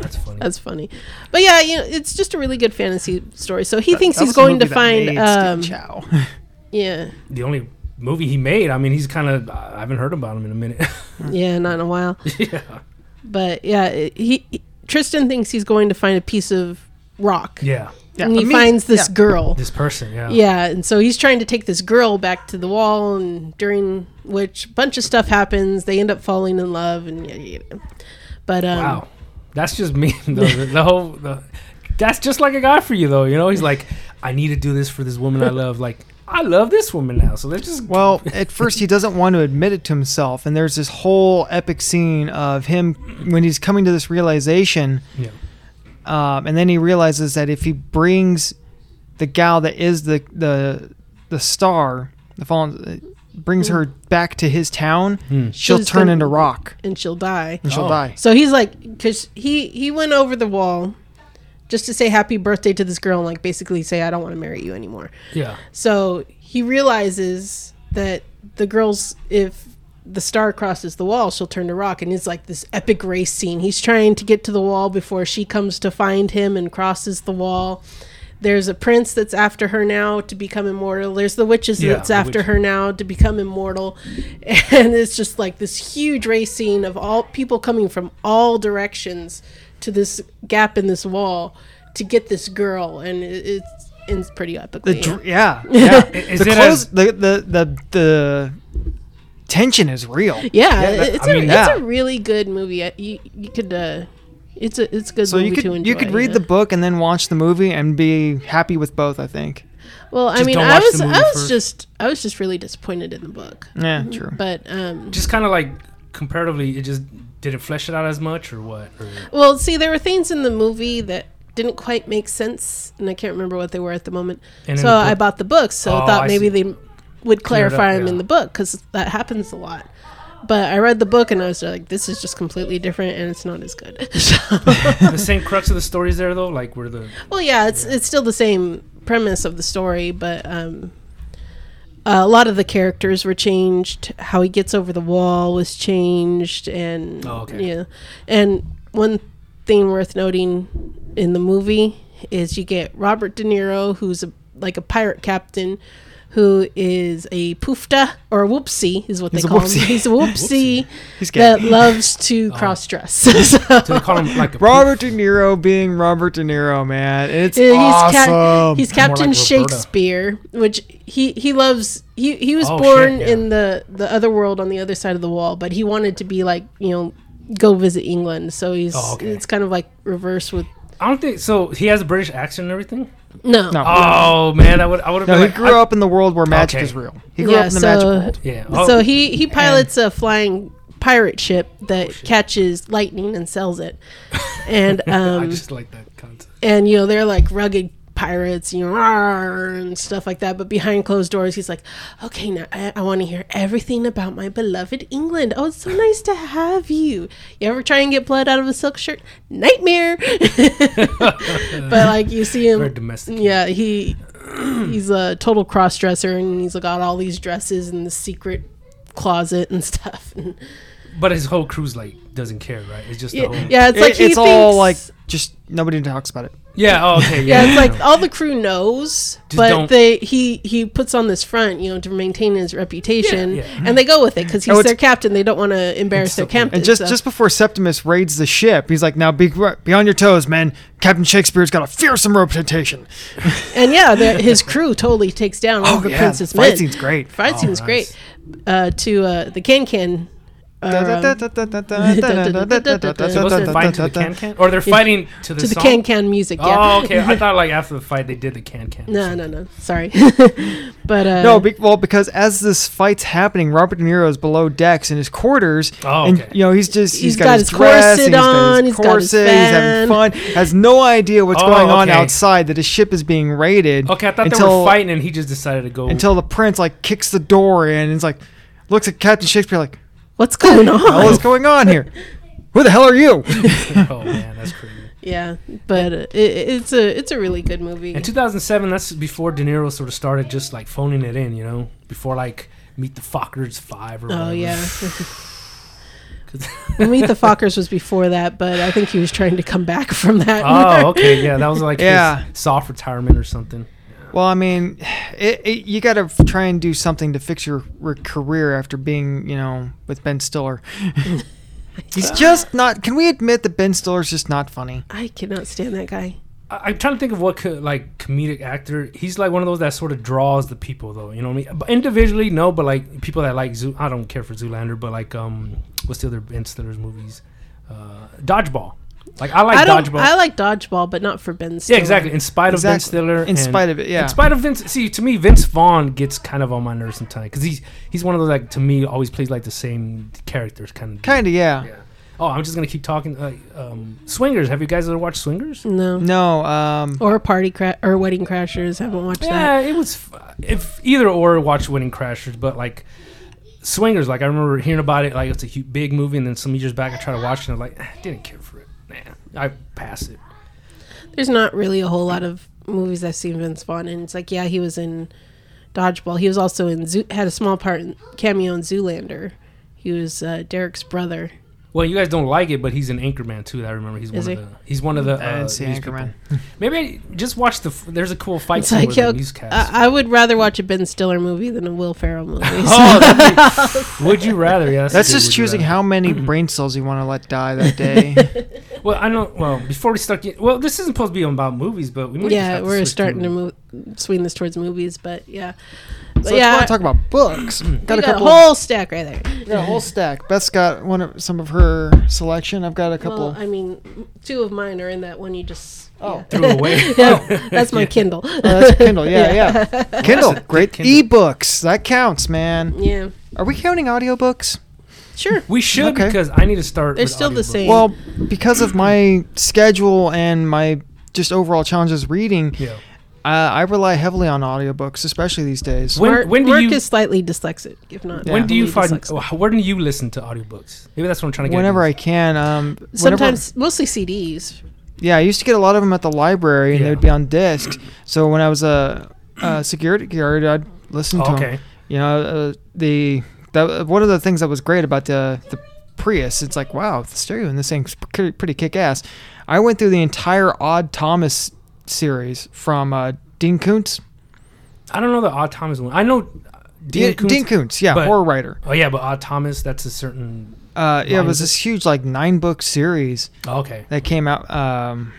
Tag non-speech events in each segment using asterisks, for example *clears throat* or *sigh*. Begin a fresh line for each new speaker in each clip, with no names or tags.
That's funny.
That's funny. But yeah, you know, it's just a really good fantasy story. So he thinks
That
he's
was the
going to
movie that
find
made
um
Steve Chow. *laughs*
yeah.
the only movie he made. I mean, he's kind of. I haven't heard about him in a minute. *laughs*
Yeah, not in a while.
yeah.
But yeah, it- he, he- Tristan thinks he's going to find a piece of rock.
Yeah.
and he
I mean,
finds this
yeah.
girl.
This person. Yeah.
Yeah, and so he's trying to take this girl back to the wall, and during which a bunch of stuff happens. They end up falling in love, and yada, yada. but um,
Wow. That's just me. *laughs* though. the, the whole. The, that's just like a guy for you, though. You know, he's like, I need to do this for this woman I love. Like, I love this woman now. So let's just.
*laughs* Well, at first he doesn't want to admit it to himself, and there's this whole epic scene of him when he's coming to this realization,
Yeah.
um, and then he realizes that if he brings the gal that is the the the star, the fallen, uh, brings her back to his town, she'll
She's
turn
the-
into rock
and she'll die.
and she'll
Hmm. Oh.
die.
So he's like, because he he went over the wall just to say happy birthday to this girl and like basically say I don't want to marry you anymore.
Yeah.
So he realizes that the girls, if the star crosses the wall, she'll turn to rock, and it's like this epic race scene. He's trying to get to the wall before she comes to find him and crosses the wall. There's a prince that's after her now to become immortal. There's the witches
Yeah,
that's
the
after
witch-
her now to become immortal. *laughs* And it's just like this huge race scene of all people coming from all directions to this gap in this wall to get this girl. And it, it's, it's pretty epic.
The dr- yeah, *laughs* yeah.
Is
the,
it
close,
as-
the the the the tension is real.
Yeah,
Yeah, that-
it's,
I
a,
mean,
yeah.
it's a really good movie. I- You, you could uh, it's a it's a good
So
movie
you could
to enjoy.
you could read
yeah.
the book and then watch the movie and be happy with both. I think.
well. I
Just
mean,
don't
I
watch the
was
movie
I was
first.
just I was just really disappointed in the book,
Yeah, true.
but um,
Just kind of like comparatively, it just didn't flesh it out as much or what? Or,
well, see, there were things in the movie that didn't quite make sense, and I can't remember what they were at the moment.
And in
so
the
I
book-
bought the books, so I
Oh,
thought
I
maybe
see.
they would
Clear it
clarify
up,
them in
yeah.
the book because that happens a lot. But I read the book and I was like, this is just completely different and it's not as good. *laughs*
*laughs*
So-
the same crux of the stories there, though. Like, where the.
Well, yeah, it's it's still the same premise of the story, but um, a lot of the characters were changed. How he gets over the wall was changed, and
Oh, okay.
yeah. And one thing worth noting in the movie is you get Robert De Niro, who's a, like a pirate captain. Who is a poofta or a whoopsie is what
He's
they
a
call
whoopsie.
him. He's a whoopsie,
He's gay.
that loves to cross dress. *laughs* so,
Do they call him like a.
*laughs* Robert De Niro being Robert De Niro, man. It's
Yeah,
awesome.
he's, ca- he's
More like
Captain
Roberta.
Shakespeare, which he, he loves. He he was
Oh, shit,
born
yeah.
in the the other world on the other side of the wall, but he wanted to be like you know go visit England. So he's
Oh, okay.
it's kind of like reverse with
I don't think so. He has a British accent and
*laughs*
everything.
no.
No.
Oh man, I would. I would have.
no,
been
he
like,
grew up in the world where magic
Okay.
is real. He grew
Yeah,
up in the
so-
magic world.
Yeah. Oh,
So he he pilots a flying pirate ship
Oh,
that catches lightning and sells it, and
*laughs* I
um
just like that concept.
and you know they're like rugged pirates you know "Rar," and stuff like that but behind closed doors he's like okay now i, I want to hear everything about my beloved england oh it's so nice to have you you ever try and get blood out of a silk shirt nightmare *laughs* but like you see
Very
him
domestic.
yeah he he's a total cross-dresser and he's got all these dresses in the secret closet and stuff *laughs*
But his whole crew's like doesn't care, right? It's just the
yeah,
whole.
yeah it's like
It-
he
it's all like
thinks-
just nobody talks about it.
Yeah. Oh, okay. Yeah.
Yeah, it's like all the crew knows,
Just
but
don't-
they he he puts on this front, you know, to maintain his reputation,
Yeah, yeah.
and they go with it because he's
Oh, it's-
their captain. They don't want to embarrass their captain.
And just
so-
just before Septimus raids the ship, he's like, "Now be be on your toes, man. Captain Shakespeare's got a fearsome reputation."
and yeah,
*laughs*
their- his crew totally takes down all the
Oh, yeah,
prince's
fight
men.
scene's great.
Fight
Oh,
scene's
nice.
great. Uh, to uh, the can can. or, um, to
So what's their fight to the can can, or they're fighting to the
the
song?
can can music. Yeah.
Oh, okay.
*laughs*
I thought like after the fight they did the can can.
No, no, no. Sorry, *laughs* but uh,
No, be- well, because as this fight's happening, Robert De Niro is below decks in his quarters,
Oh,
and
okay.
you know he's just
He's
he's got,
got
his
his
dress,
corset
and he's got
on,
his
he's got his
corset, he's having fun,
fan.
has no idea what's
Oh,
going on
okay.
outside that his ship is being raided.
Okay, I thought they
until-
were fighting, and he just decided to go.
*laughs* until the prince like kicks the door in and is like, looks at Captain Shakespeare like,
what's
*laughs*
going
"What
*laughs*
is
on?
going on here? Who the hell
*laughs*
are you?"
*laughs* oh man, that's crazy.
Yeah, but uh, it, it's a it's a really good movie.
In 2007, that's before De Niro sort of started just like phoning it in, you know, before like Meet the Fockers Five or whatever.
Oh yeah.
*laughs*
*laughs* Meet the Fockers was before that, but I think he was trying to come back from that.
Oh, okay. Yeah, that was like
*laughs* Yeah.
his soft retirement or something.
Well, I mean, it, it, you got to try and do something to fix your, your career after being, you know, with Ben Stiller. *laughs* He's just not. Can we admit that Ben Stiller's just not funny?
I cannot stand that guy.
I, I'm trying to think of what co- like comedic actor. He's like one of those that sort of draws the people, though. You know what I mean? But individually, no. But like people that like Zoo, I don't care for Zoolander. But like, um, what's the other Ben Stiller's movies? Uh, Dodgeball. Like I like
I don't.
Dodgeball.
I like dodgeball, but not for Ben.
yeah,
Stiller.
exactly. In spite of Ben
Exactly.
Stiller.
In spite of it, yeah.
In spite of Vince, see to me, Vince Vaughn gets kind of on my nerves sometimes because he's he's one of those like to me always plays like the same characters kind of.
Kind of, yeah.
Yeah. Oh, I'm just gonna keep talking. Uh, um, Swingers. Have you guys ever watched Swingers?
No.
No, um,
Or party cra- or wedding crashers. I haven't watched that.
Yeah, it was. f- If either or watch Winning Crashers, but like Swingers, like I remember hearing about it, like it's a hu big movie, and then some years back I tried to watch it, and I'm like, "Ah, didn't care for it. Nah, I pass it.
There's not really a whole lot of movies I've seen Vince Vaughn in. It's like, yeah, he was in Dodgeball. He was also in Zoo- had a small part in cameo in Zoolander. He was uh, Derek's brother.
Well, you guys don't like it, but he's an Anchorman too. I remember he's
Is
one
he?
of the. He's one of the.
I
uh,
didn't see
news
Anchorman.
people. *laughs* Maybe just watch the. f- There's a cool fight
It's
scene
like,
with
yo,
the newscast.
I-, I would rather watch a Ben Stiller movie than a Will Ferrell movie.
*laughs* oh, that'd be- would you rather? Yeah,
That's
a good
just
would you
choosing
rather.
how many brain cells you want to let die that day.
Well, I know. Well, before we start, getting, well, this isn't supposed to be about movies, but we might just have
yeah,
to
we're
switch
starting to
movies.
move swing this towards movies, but yeah,
so
but
yeah,
yeah,
want to talk about books.
we
Got a
got a
couple.
whole stack right there.
we got a whole stack. Beth's got one of some of her selection. I've got a couple.
Well, I mean, two of mine are in that one you just.
Oh.
yeah.
Threw away.
*laughs* Yeah,
*laughs*
that's my Kindle.
oh, that's Kindle.
*laughs*
Yeah, yeah. Kindle, great ebooks. That counts, man.
Yeah,
Are we counting audiobooks?
sure.
We should
Okay.
because I need to start.
They're
with
still the
audiobooks.
same.
Well, because of my schedule and my just overall challenges reading,
Yeah.
uh, I rely heavily on audiobooks, especially these days.
When,
Mark,
when do
Mark
you
is slightly dyslexic, if not.
Yeah.
when do you
heavily
find
dyslexic.
wh- where do you listen to audiobooks? Maybe that's what I'm trying to get.
Whenever I
at.
can, um, whenever-
Sometimes, mostly CDs.
yeah, I used to get a lot of them at the library, and
Yeah.
they would be on discs. So when I was a, a security guard, I'd listen to them.
okay.
You know, uh, the that one of the things that was great about the the Prius, it's like wow, the stereo in this thing's pretty, pretty kick ass. I went through the entire Odd Thomas series from uh, Dean Koontz.
I don't know the Odd Thomas one. I know uh, Dean
Yeah,
Koontz.
Dean Koontz, yeah,
but-
horror writer.
oh yeah, but Odd Thomas. That's a certain.
Uh, yeah, it
Nine
was
book-
this huge like nine book series
oh, okay.
that came out. Um,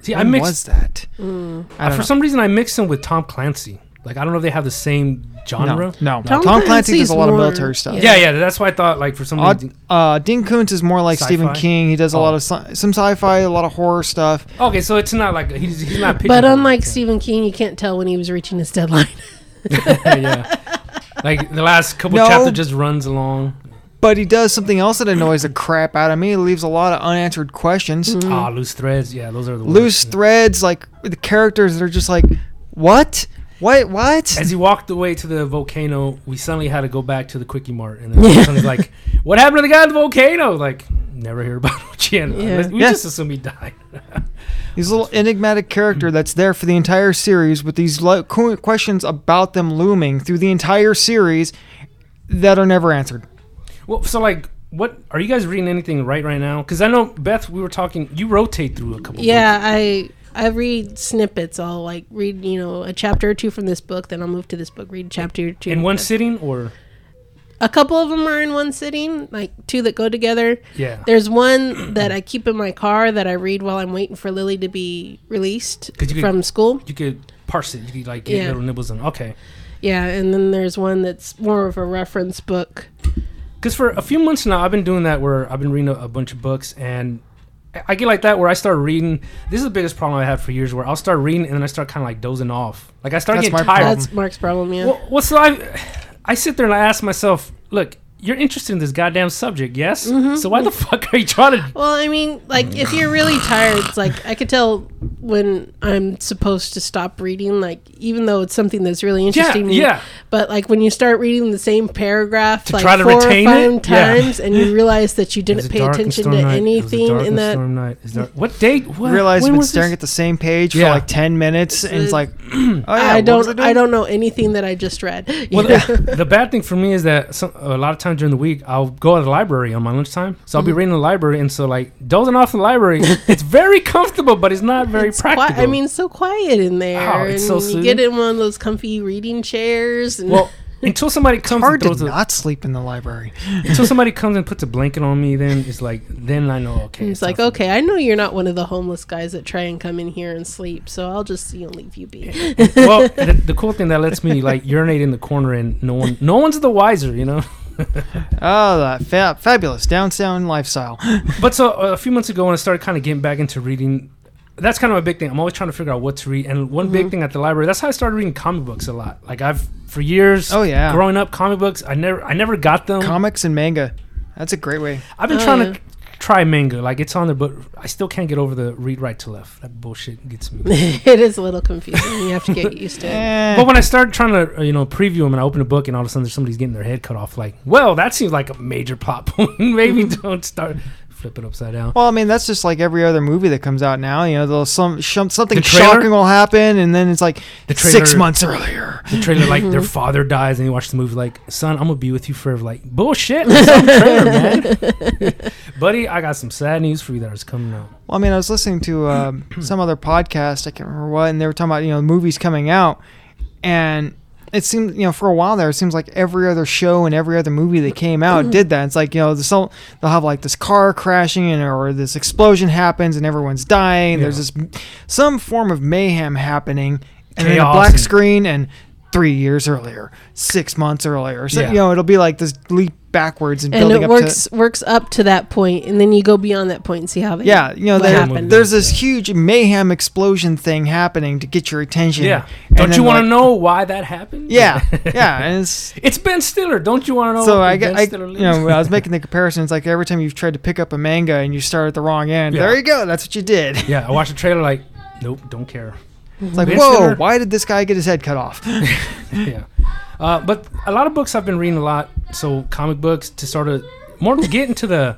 See, I
when
mixed.
was that? I
for
don't know.
some reason, I mixed him with Tom Clancy. Like I don't know if they have the same genre.
No, no.
Tom
Tom, Clancy
Clancy's
does a lot of
more-
military stuff.
Yeah, yeah. That's why I thought like for some
Odd,
reason.
uh, Dean Koontz is more like Stephen
Sci-fi?
King. He does a
Oh.
lot of sci- some sci-fi, a lot of horror stuff.
Okay, so it's not like he's, he's not.
But
pigeonholed.
unlike Stephen King, you can't tell when he was reaching his deadline.
*laughs* yeah. Like the last couple
No.
chapter just runs along.
But he does something else that annoys the crap out of me. It leaves a lot of unanswered questions,
Ah, loose threads. Yeah, those are the
Mm-hmm. loose
worst.
threads, like the characters that are just like, what, what, what?
As he walked away to the volcano, we suddenly had to go back to the quickie mart,
*laughs*
and then suddenly like, "What happened to the guy at the volcano?" Like, never hear about *laughs* Luciano.
Yeah.
We
Yeah.
just assume he died.
He's a little enigmatic character that's there for the entire series with these lo- qu- questions about them looming through the entire series that are never answered.
Well, so like, what are you guys reading anything right right now? Because I know Beth, we were talking. You rotate through a couple.
yeah, I I read snippets. I'll like read you know a chapter or two from this book, then I'll move to this book, read a chapter or two.
books. in one
sitting.
sitting, or
a couple of them are in one sitting, like two that go together.
yeah,
There's one *coughs* that I keep in my car that I read while I'm waiting for Lily to be released
'Cause you could-
from school.
you could parse it. You could like get
Yeah.
little nibbles on. Okay.
Yeah, and then there's one that's more of a reference book.
Because for a few months now, I've been doing that where I've been reading a, a bunch of books, and I- I get like that where I start reading. This is the biggest problem I had for years, where I'll start reading and then I start kind of like dozing off. Like I start
That's
getting
my
tired.
problem.
That's Mark's problem, yeah.
Well, what's the I, I sit there and I ask myself, look, you're interested in this goddamn subject, yes?
Mm-hmm.
So why the fuck are you trying to?
Well, I mean, like if you're really tired, it's like I could tell when I'm supposed to stop reading. Like even though it's something that's really interesting, to me,
yeah.
But like when you start reading the same paragraph like
try to
four
retain
or five
it? Yeah.
times, and you realize that you didn't pay attention to anything in
*laughs*
that,
storm night. Is that what date? What,
Realize
when
been
was
staring
this?
at the same page
Yeah.
for like ten minutes, and it's
uh,
like, *clears throat* oh yeah,
I
what was
don't, I
doing?
don't know anything that I just read. *laughs*
Well, the, the bad thing for me is that some, a lot of times during the week I'll go to the library on my lunchtime, so I'll
Mm-hmm.
be reading in the library, and so like dozing off in the
*laughs*
library, it's very comfortable, but it's not very
It's qui-
practical.
I mean, it's so quiet in there,
Oh, it's so
and you
soothing.
get in one of those comfy reading chairs. And
well, until somebody comes and
Hard to
throws a,
not sleep in the library. *laughs*
until somebody comes and puts a blanket on me, then it's like then I know okay.
It's like, "Oh."
time for-
okay, I know you're not one of the homeless guys that try and come in here and sleep, so I'll just you know, leave you be. *laughs*
well, the, the cool thing that lets me like urinate in the corner and no one, no one's the wiser, you know.
Oh, that fa- fabulous
*laughs*
downtown lifestyle.
But so uh, a few months ago, when I started kind of getting back into reading, that's kind of my big thing. I'm always trying to figure out what to read. And one
Mm-hmm.
big thing at the library, that's how I started reading comic books a lot. Like I've for years,
Oh, yeah.
growing up, comic books. I never, I never got them.
Comics and manga. That's a great way.
I've been
Oh,
trying
yeah.
to try manga. Like it's on there, but I still can't get over the read right to left. That bullshit gets
*laughs*
me.
it is a little confusing. You have to get used to it.
Eh,
But when I started trying to, uh, you know, preview them, and I open a book, and all of a sudden there's somebody's getting their head cut off. Like, well, that seems like a major plot *laughs* point. Maybe
Mm-hmm.
don't start flip it upside down.
well, I mean, that's just like every other movie that comes out now. You know, they'll some shum, something
The trailer?
shocking will happen, and then it's like
The
six
trailer-
months earlier.
the trailer like their father dies and you watch the movie like son i'm gonna be with you forever like bullshit it's some trailer, man. buddy i got some sad news for you that is coming out
Well, I mean, I was listening
*clears throat*
to um, some other podcast. I can't remember what, and they were talking about you know movies coming out, and it seemed you know for a while there, it seems like every other show and every other movie that
*clears throat*
came out did that. It's like you know the they'll have like this car crashing and or this explosion happens and everyone's dying. There's
Yeah.
this m- some form of mayhem happening, and then a
Chaos
black
and-
screen and three years earlier, six months earlier. So
Yeah.
you know it'll be like this leap backwards and,
And
building
it
up to
works works up to that point, and then you go beyond that point and see how they
yeah, you know,
what
there,
happened.
there's this
Yeah.
huge mayhem explosion thing happening to get your attention.
yeah
And
don't
then,
you want to
like-
know why that happened *laughs*
Yeah, yeah.
*laughs*
And it's,
it's ben stiller don't you
Oh,
want to know if
so I,
ben
get- I,
Stiller
you know,
lives?
when I was making the comparison. It's like every time you've tried to pick up a manga and you start at the wrong end.
Yeah.
There you go. That's what you
*laughs*
did.
yeah i watched the trailer like nope don't care
It's like,
Ben
whoa,
Stiller-
why did this guy get his head cut off?
yeah. Uh, but a lot of books I've been reading a lot. So comic books to sort of more to get into the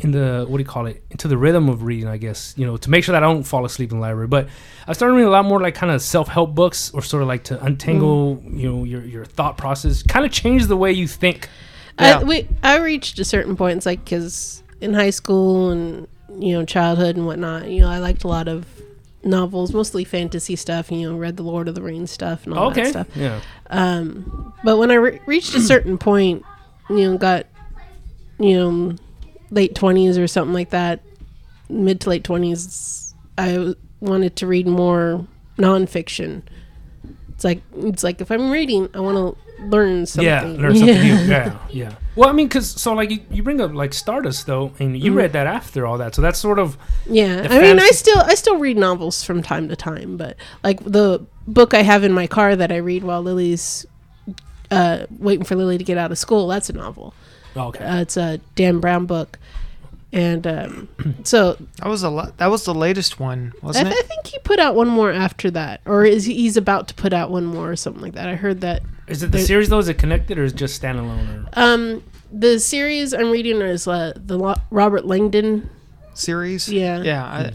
in the what do you call it into the rhythm of reading, I guess. You know, to make sure that I don't fall asleep in the library. But I started reading a lot more like kind of self help books or sort of like to untangle
Mm.
you know your your thought process, kind of change the way you think.
Yeah.
I, we, I reached a certain point. It's like because in high school and you know childhood and whatnot, you know, I liked a lot of novels, mostly fantasy stuff. You know, read the Lord of the Rings stuff and all that
okay.
stuff.
Yeah.
Um, but when I re- reached a
*clears throat*
certain point, you know, got you know late twenties or something like that, mid to late twenties, I w- wanted to read more nonfiction. It's like it's like if I'm reading, I want to learn something.
Yeah.
*laughs*
Learn something new. Yeah. Yeah. Well, I mean, cause so like you, you bring up like Stardust though, and
Mm.
you read that after all that, so that's sort of
Yeah,
the
I mean, I
fantasy-
still I still read novels from time to time, but like the book I have in my car that I read while Lily's uh, waiting for Lily to get out of school. That's a novel.
okay.
Uh, it's a Dan Brown book, and
*clears throat*
um, so
that was a la- that was the latest one,
I,
wasn't
th- I
it?
think he put out one more after that, or is he, he's about to put out one more or something like that. I heard that.
is it the
there-
series though? Is it connected or is it just standalone? Or?
Um, the series I'm reading is uh, the Lo- Robert Langdon.
Series.
Yeah.
Yeah. I-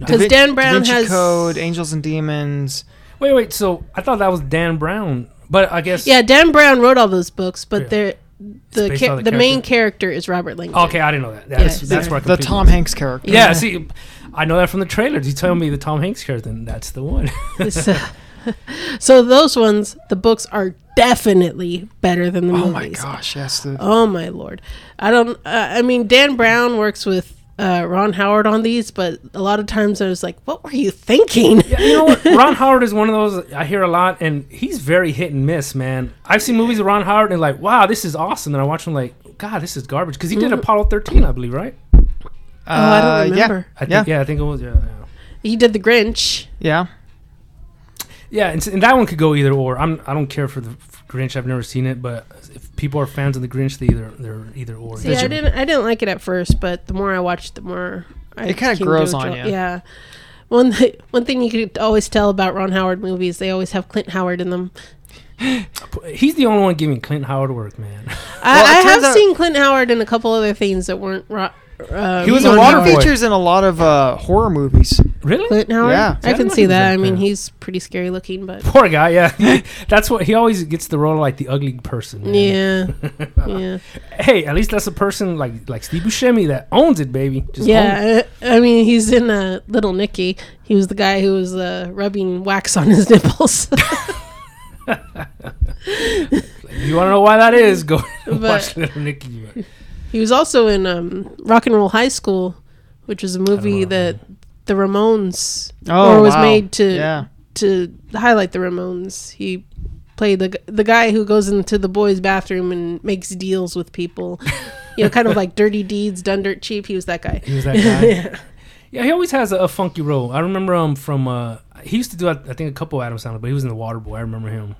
Da
'Cause
Vin-
Dan
Da
Brown
Vinci
has-
Code, Angels and Demons.
Wait, wait. So I thought that was Dan Brown, but I guess
Yeah, Dan Brown wrote all those books, but
Yeah.
they're. The,
based
cha-
on
the,
the
main character is Robert Langdon.
Okay, I didn't know that. That's,
Yeah,
that's
so-
where I
The
completely-
Tom Hanks character.
Yeah, see, I know that from the trailers. You tell me the Tom Hanks character, then that's the
*laughs*
one.
*laughs* so, *laughs* so those ones, the books are definitely better than the
Oh
movies.
my gosh, yes. The,
Oh my lord! I don't. Uh, I mean, Dan Brown works with uh, Ron Howard on these, but a lot of times I was like, "What were you thinking?"
Yeah,
*laughs*
you know what? Ron Howard is one of those I hear a lot, and he's very hit and miss, man. I've seen movies of Ron Howard and like, wow, this is awesome. And I watch him like, God, this is garbage because he did Apollo 13, I believe, right?
Oh, I don't
uh, yeah,
remember.
I think,
yeah.
yeah, I think it was. Yeah, yeah.
He did the Grinch.
Yeah.
Yeah, and, s- and that one could go either or. I'm I don't care for the f- Grinch. I've never seen it, but if people are fans of the Grinch, they either they're either or.
See,
Did
I
you-
didn't I didn't like it at first, but the more I watched, the more I
It kinda
came to
grows on
enjoy-
you.
Yeah. One th- one thing you could always tell about Ron Howard movies, they always have Clint Howard in them.
He's the only one giving Clint Howard work, man. *laughs*
I,
Well, it
I
turns
have
out-
seen Clint Howard in a couple other things that weren't. Ro- uh,
He was
Ron
a water
Howard.
boy.
features in a lot of uh, horror movies.
really?
Clint Howard.
Yeah.
See, I
I
didn't
can
know
see
he was
that.
a-
I mean,
yeah.
he's pretty scary looking, but
Poor guy, yeah. *laughs* that's what he always gets the role of, like the ugly person. man.
yeah, yeah,
*laughs* Hey, at least that's a person like like Steve Buscemi that owns it, baby. Just owns
yeah. I, I mean, he's in uh, Little Nicky. He was the guy who was uh, rubbing wax on his *laughs* nipples.
it. If you want to know why that is? Go *laughs* and
But-
watch Little Nicky.
He was also in um, Rock and Roll High School, which is a movie
know that
that the Ramones
Oh,
or was
wow.
made to
Yeah.
to highlight the Ramones. He played the g- the guy who goes into the boys' bathroom and makes deals with people. You know, kind of like dirty deeds done dirt cheap. He was that guy.
He was that guy. *laughs* yeah, he always has a, a funky role. I remember him from uh he used to do I I think a couple Adam Sandler, but he was in the Water Boy. I remember him.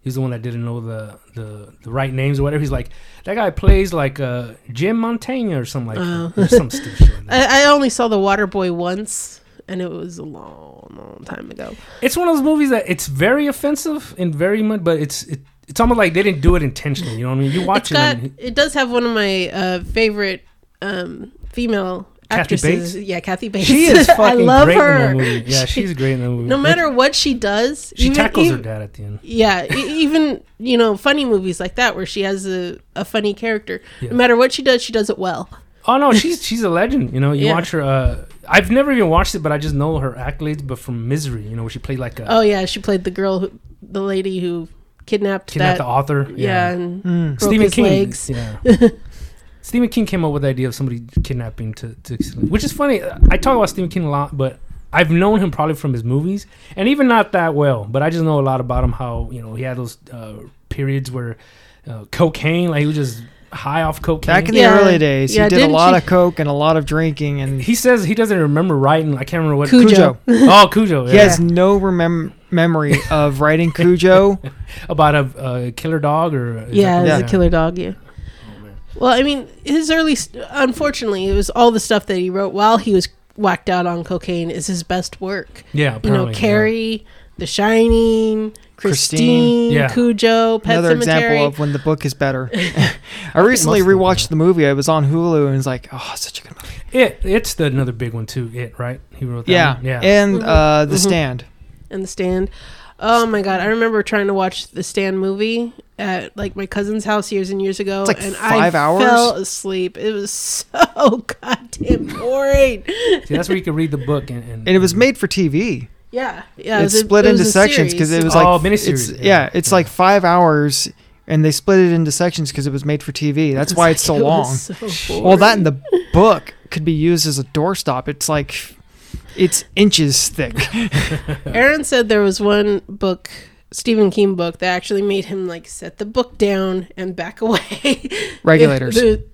He's the one that didn't know the the, the right names or whatever. He's like that guy plays like uh Jim Montaigne or something like
Oh.
that. Or some stupid shit. like that.
*laughs* I, I only saw The Water Boy once, and it was a long, long time ago.
It's one of those movies that it's very offensive and very much, but it's it, it's almost like they didn't do it intentionally. You know what I mean? You watch
it's
it.
got
and
it does have one of my uh, favorite um, female
Kathy
actresses.
Bates?
Yeah, Kathy *laughs* Bates.
she is
I
fucking
love
great
her.
in that movie. Yeah,
She-
she's great in that movie.
*laughs* No matter what she does,
she tackles her
even,
dad at the end.
Yeah, e- even you know funny movies like that where she has a, a funny character.
Yeah.
No matter what she does, she does it well.
Oh no, she's she's a legend. You know, you
Yeah.
watch her. Uh, I've never even watched it, but I just know her accolades. But from Misery, you know, where she played like a
Oh yeah, she played the girl, who, the lady who kidnapped,
kidnapped
that.
the author.
yeah, and
Mm.
broke
Stephen
his
King.
legs. *laughs*
Yeah. Stephen King came up with the idea of somebody kidnapping to, to which is funny. I talk about Stephen King a lot, but I've known him probably from his movies, and even not that well. But I just know a lot about him. How you know he had those uh, periods where uh, cocaine, like he was just high off cocaine.
Back in the
Yeah.
early days,
Yeah,
he did a
didn't
lot
she-
of coke and a lot of drinking and
he says he doesn't remember writing. I can't remember what
Cujo.
*laughs* Oh, Cujo. Yeah.
he has no remem- memory
*laughs*
of writing Cujo.
About a, a killer dog or is that
Yeah,
the-
it was a killer dog. Yeah.
Oh,
man.
Well, I mean, his early, st- unfortunately, it was all the stuff that he wrote while he was whacked out on cocaine is his best work.
Yeah,
You know,
apparently, yeah.
Carrie, The Shining, Christine,
Christine.
Yeah.
Cujo, Pet
Another
Cemetery.
example of when the book is
*laughs*
better. *laughs* I recently
must be,
rewatched the movie. I was on Hulu and was like, oh, such a good movie.
It. It's the, another big one too. It right. He wrote that.
Yeah.
one? Yeah.
And uh, The
Mhm.
Stand.
and The Stand. Oh my god, I remember trying to watch The Stand movie at like my cousin's house years and years ago,
It's like
and
five
I
hours?
fell asleep. It was *laughs* so goddamn boring.
See, that's where you could read the book and, and,
And it was
Mm-hmm.
made for TV.
yeah, yeah. it
it's
was a-
split
it was
into
a
sections because
series.
it was
Oh,
like
miniseries,
It's,
yeah.
yeah. it's
Yeah.
like five hours, and they split it into sections because it was made for TV. That's why it's so
It
long.
was so
Well, that
boring. *laughs*
and the book could be used as a doorstop. It's like it's inches thick.
*laughs* Aaron said there was one book, Stephen King book, that actually made him like set the book down and back *laughs* away.
Regulators.
The-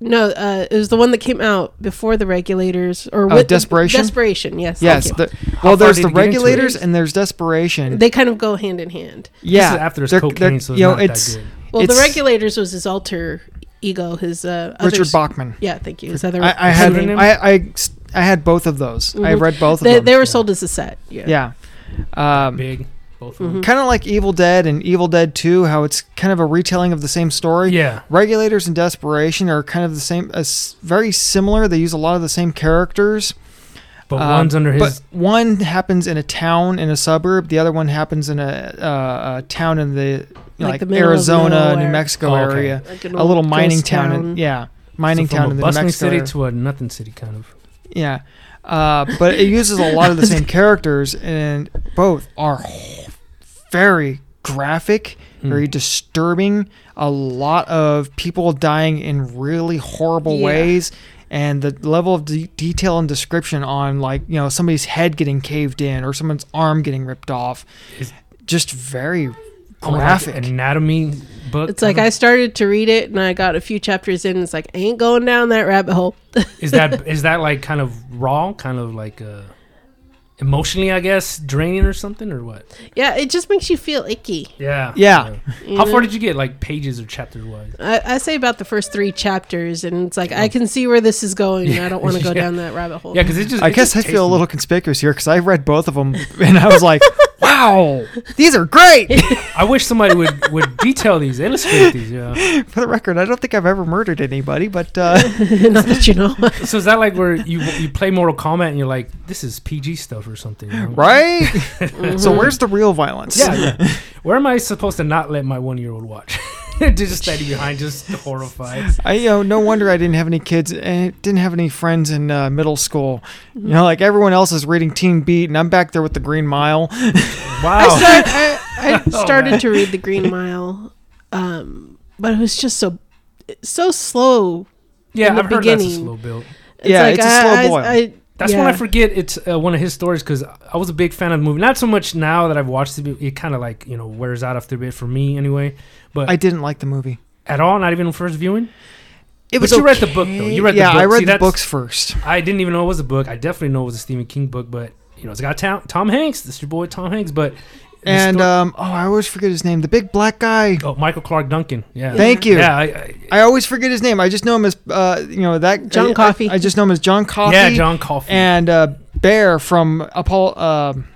no, uh, it was the one that came out before the regulators or with
Oh,
the-
Desperation?
Desperation, yes. thank
yes.
you.
the- well, there's
did
the
it get into it?
regulators and there's desperation.
they kind of go hand in hand.
yeah.
This is after his
they're-
cocaine,
they're-
so it's
you know,
not
it's
that good.
Well, the
It's-
regulators was his alter ego, his uh, other
Richard
s-
Bachman.
Yeah, thank you. His other
I, I
his
had
pseudonym?
I, I s- I had both of those. I
Mhm.
read both of
they,
them.
they were sold as a set. Yeah.
yeah. Um,
Big. Both
Mm-hmm.
of them.
kind of like Evil Dead and Evil Dead 2, how it's kind of a retelling of the same story.
Yeah.
Regulators and Desperation are kind of the same, uh, s- very similar. They use a lot of the same characters.
But
Um,
one's under his.
But one happens in a town in a suburb. The other one happens in a, uh, a town in the
Like
like,
the middle of
Arizona, New
nowhere.
Mexico
Oh, okay.
area,
Like an
a little
old
mining
ghost
town. In, yeah, mining
so
town
from
in
a
the New
bustling
Mexico.
city
area.
to a nothing city, kind of.
Yeah. Uh, but it uses a lot of
*laughs*
the same characters, and both are very graphic,
Hmm.
very
Mm.
disturbing. A lot of people dying in really horrible
Yeah.
ways, and the level of de- detail and description on, like, you know, somebody's head getting caved in or someone's arm getting ripped off.
Is-
just
Oh
very
Almost like
graphic.
anatomy book.
It's like I started to read it and I got a few chapters in. It's like I ain't going down that rabbit hole. *laughs*
Is that is that like kind of raw? Kind of like uh emotionally, I guess, draining or something or what?
Yeah, it just makes you feel icky.
Yeah.
Yeah.
you
How
know?
far did you get, like pages or chapter wise?
I, I say about the first three chapters, and it's like I can see where this is going. and I don't
*laughs*
want to go
Yeah.
down that rabbit hole.
Yeah, because it just.
I
it
guess
just
I feel a
tastes-
little conspicuous here because I read both of them *laughs* and I
*laughs*
was like, wow, these are great. *laughs*
I wish somebody would would detail these, illustrate these. Yeah.
For the record, I don't think I've ever murdered anybody, but uh,
*laughs*
*laughs*
Not that you
*laughs*
know.
So is that like where you you play Mortal Kombat and you're like, this is PG stuff or something? you know?
right? So where's the real violence?
Yeah. yeah. Where am I supposed to not let my one year old watch? *laughs* just standing behind, just horrified.
I you know no wonder I didn't have any kids and didn't have any friends in uh, middle school. You know, like everyone else is reading Teen Beat, and I'm back there with the Green Mile.
Wow.
*laughs* I, start,
*laughs*
I, I
Oh,
started
man.
to read The Green Mile, um, but it was just so so slow.
yeah,
in the
I've heard that's a
beginning.
slow build.
Yeah, it's a slow boil.
That's when I
yeah.
forget it's uh, one of his stories because I was a big fan of the movie. Not so much now that I've watched it. but It kind of like you know wears out after a bit for me anyway. But
I didn't like the movie.
at all, not even first viewing.
It
But you read the book, though. You read the
yeah,
book.
I read
See,
the
that's-
books first.
I didn't even know it was a book. I definitely know it was a Stephen King book, but you know it's got Tom, Tom Hanks. This your boy Tom Hanks, but the
And
sto-
um, oh, I always forget his name. The big black guy.
oh, Michael Clark Duncan. Yeah,
Thank you.
Yeah, I, I,
I always forget his name. I just know him as uh, you know that
John
I- I-
Coffey.
I, just know him as John Coffey.
yeah, John Coffey.
and uh, Bear from Apollo um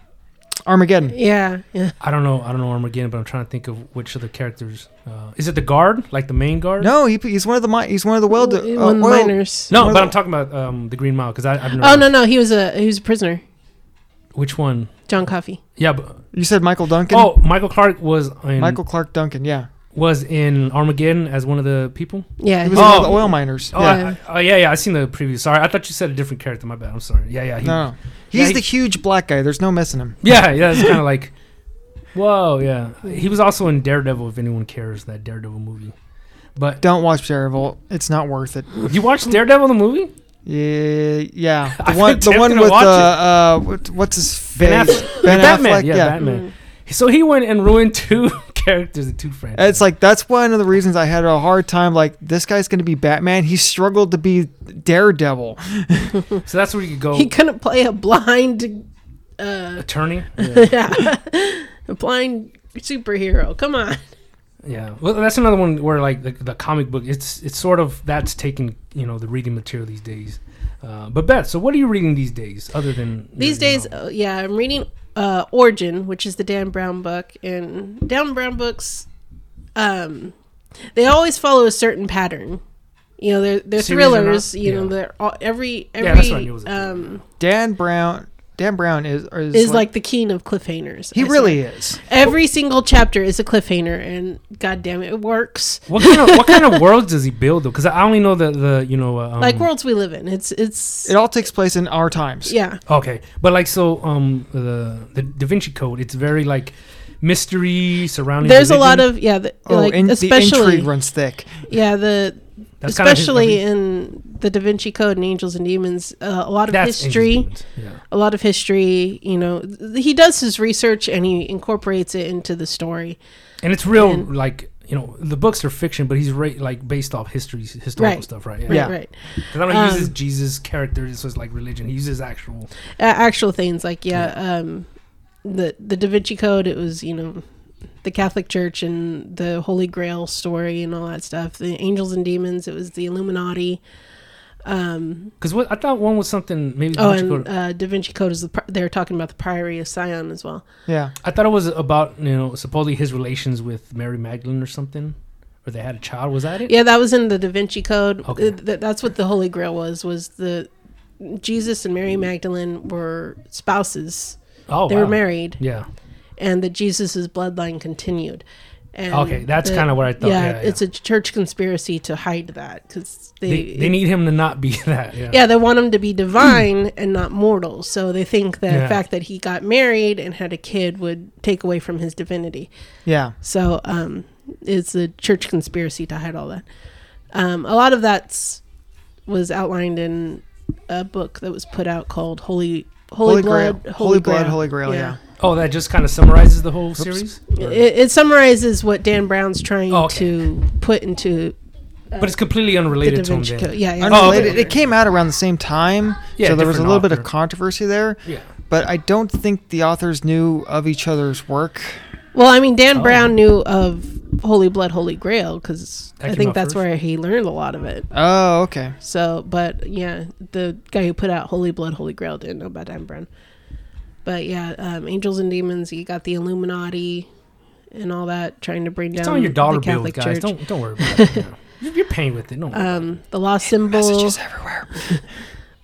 Armageddon.
yeah, yeah.
I don't know. I don't know Armageddon, but I'm trying to think of which of the characters. Uh, is it the guard, like the main guard?
No, he, he's one of the mi- he's one of the uh, well
One of the miners.
no.
One of
But
the-
I'm talking about um, the Green Mile because I, I don't know
Oh no, no, he was a he was a prisoner.
which one.
John Coffey.
Yeah. But,
You said Michael Duncan.
oh, Michael Clark was in
Michael Clark Duncan. Yeah,
was in Armageddon as one of the people.
Yeah,
he was
Oh.
one of the oil miners.
Oh,
yeah.
yeah. I, I, oh, yeah, yeah. I seen the preview. Sorry, I thought you said a different character. My bad. I'm sorry. Yeah, yeah. he-
no, no.
Yeah,
he's
he-
the huge black guy. There's no missing him.
Yeah, yeah. It's kind of like, whoa, yeah. He was also in Daredevil. If anyone cares, that Daredevil movie. But
Don't watch Daredevil. It's not worth it.
you watched Daredevil the movie?
Yeah, yeah.
*laughs*
The
I'm
one, the
tempted
one
to
with
watch
the
it.
uh, what, what's his face?
Ben Affleck. Batman. Yeah,
Mm.
Batman. So he went and ruined two *laughs* characters and two friends.
It's like that's one of the reasons I had a hard time. Like this guy's going to be Batman. He struggled to be Daredevil.
so that's where you could go.
He couldn't play a blind. Uh, *laughs*
*laughs*
attorney.
yeah, a blind superhero. Come on.
Yeah, well, that's another one where like the, the comic book, it's it's sort of that's taking you know the reading material these days. Uh, but Beth, so what are you reading these days, other than your,
These
you
days,
know-
uh, yeah, I'm reading uh, Origin, which is the Dan Brown book, and Dan Brown books, um, they always follow a certain pattern. You know, they're they're
Series or not?
thrillers. You know,
Yeah.
they're all, every
Yeah, that's
every
what I knew was a thriller.
um,
Dan Brown. Dan Brown is is,
is like the king of cliffhangers.
he
I
really
swear.
is.
every single chapter is a cliffhanger, and goddamn it, it works.
what kind of what kind
*laughs*
of worlds does he build though? Because I only know the the you know uh, um,
like worlds we live in. It's it's
It all takes place in our times.
yeah.
Okay, but like so um the the Da Vinci Code, it's very like mystery surrounding.
There's a lot
religion.
of yeah, the,
Oh,
like
and the
especially
intrigue runs thick.
yeah the
That's kind of his-
especially in the Da Vinci Code and Angels and Demons, uh, a lot of
that's
history,
Angels and Demons,
a lot of history. You know, th- he does his research and he incorporates it into the story.
Yeah, and it's real
and-
like. You know the books are fiction, but he's ra- like based off history, historical
Right.
stuff, right?
Right,
Yeah.
right.
Because I know he
Um,
uses Jesus' character, so it's like religion. He uses actual.
Uh, actual things like yeah, um, the the Da Vinci Code. It was you know the Catholic Church and the Holy Grail story and all that stuff. The Angels and Demons. It was the Illuminati. Um,
Because what I thought one was something maybe.
oh,
what you
and
call it-
uh, Da Vinci Code is the pri- they're talking about the Priory of Sion as well.
Yeah.
I thought it was about you know supposedly his relations with Mary Magdalene or something, or they had a child. Was that it?
Yeah, that was in the Da Vinci Code.
Okay.
Uh, th- that's what the Holy Grail was. Was the Jesus and Mary Magdalene were spouses?
Oh,
they
wow.
were married,
Yeah.
and that Jesus's bloodline continued. And
Okay, that's
the-
kinda where I thought-
Yeah,
yeah, yeah.
it's a church conspiracy to hide that because
They,
they,
they need him to not be *laughs* that. Yeah.
yeah they want him to be divine and not mortal. So they think that
Yeah.
the fact that he got married and had a kid would take away from his divinity.
Yeah.
So um, it's a church conspiracy to hide all that. Um, a lot of that's was outlined in a book that was put out called Holy Holy,
Holy Grail.
Blood
Holy Blood, Holy Grail, yeah.
Oh, that just kind of summarizes the whole series. Or-
It, it summarizes what Dan Brown's trying
Oh, okay.
to put into uh,
but it's completely
the
unrelated
Da
to him.
Vinci
Then.
Oh,
Code. Yeah, yeah.
okay.
Unrelated. It came out around the same time,
Yeah,
so there was a
different
little bit of
author.
controversy there.
Yeah.
but I don't think the authors knew of each other's work.
Well, I mean, Dan
Oh.
Brown knew of Holy Blood, Holy Grail because
That
I
came
think
out
that's
first.
where he learned a lot of it.
Oh, okay.
So, but yeah, the guy who put out Holy Blood, Holy Grail didn't know about Dan Brown. But yeah, um, Angels and Demons, you got the Illuminati and all that trying to bring
It's
down
on your dollar
the
bill,
Catholic
guys.
Church.
Don't don't worry
*laughs*
about it. you know. You're you're paying with it. Don't worry.
Um, the Lost Symbol.
Messages everywhere.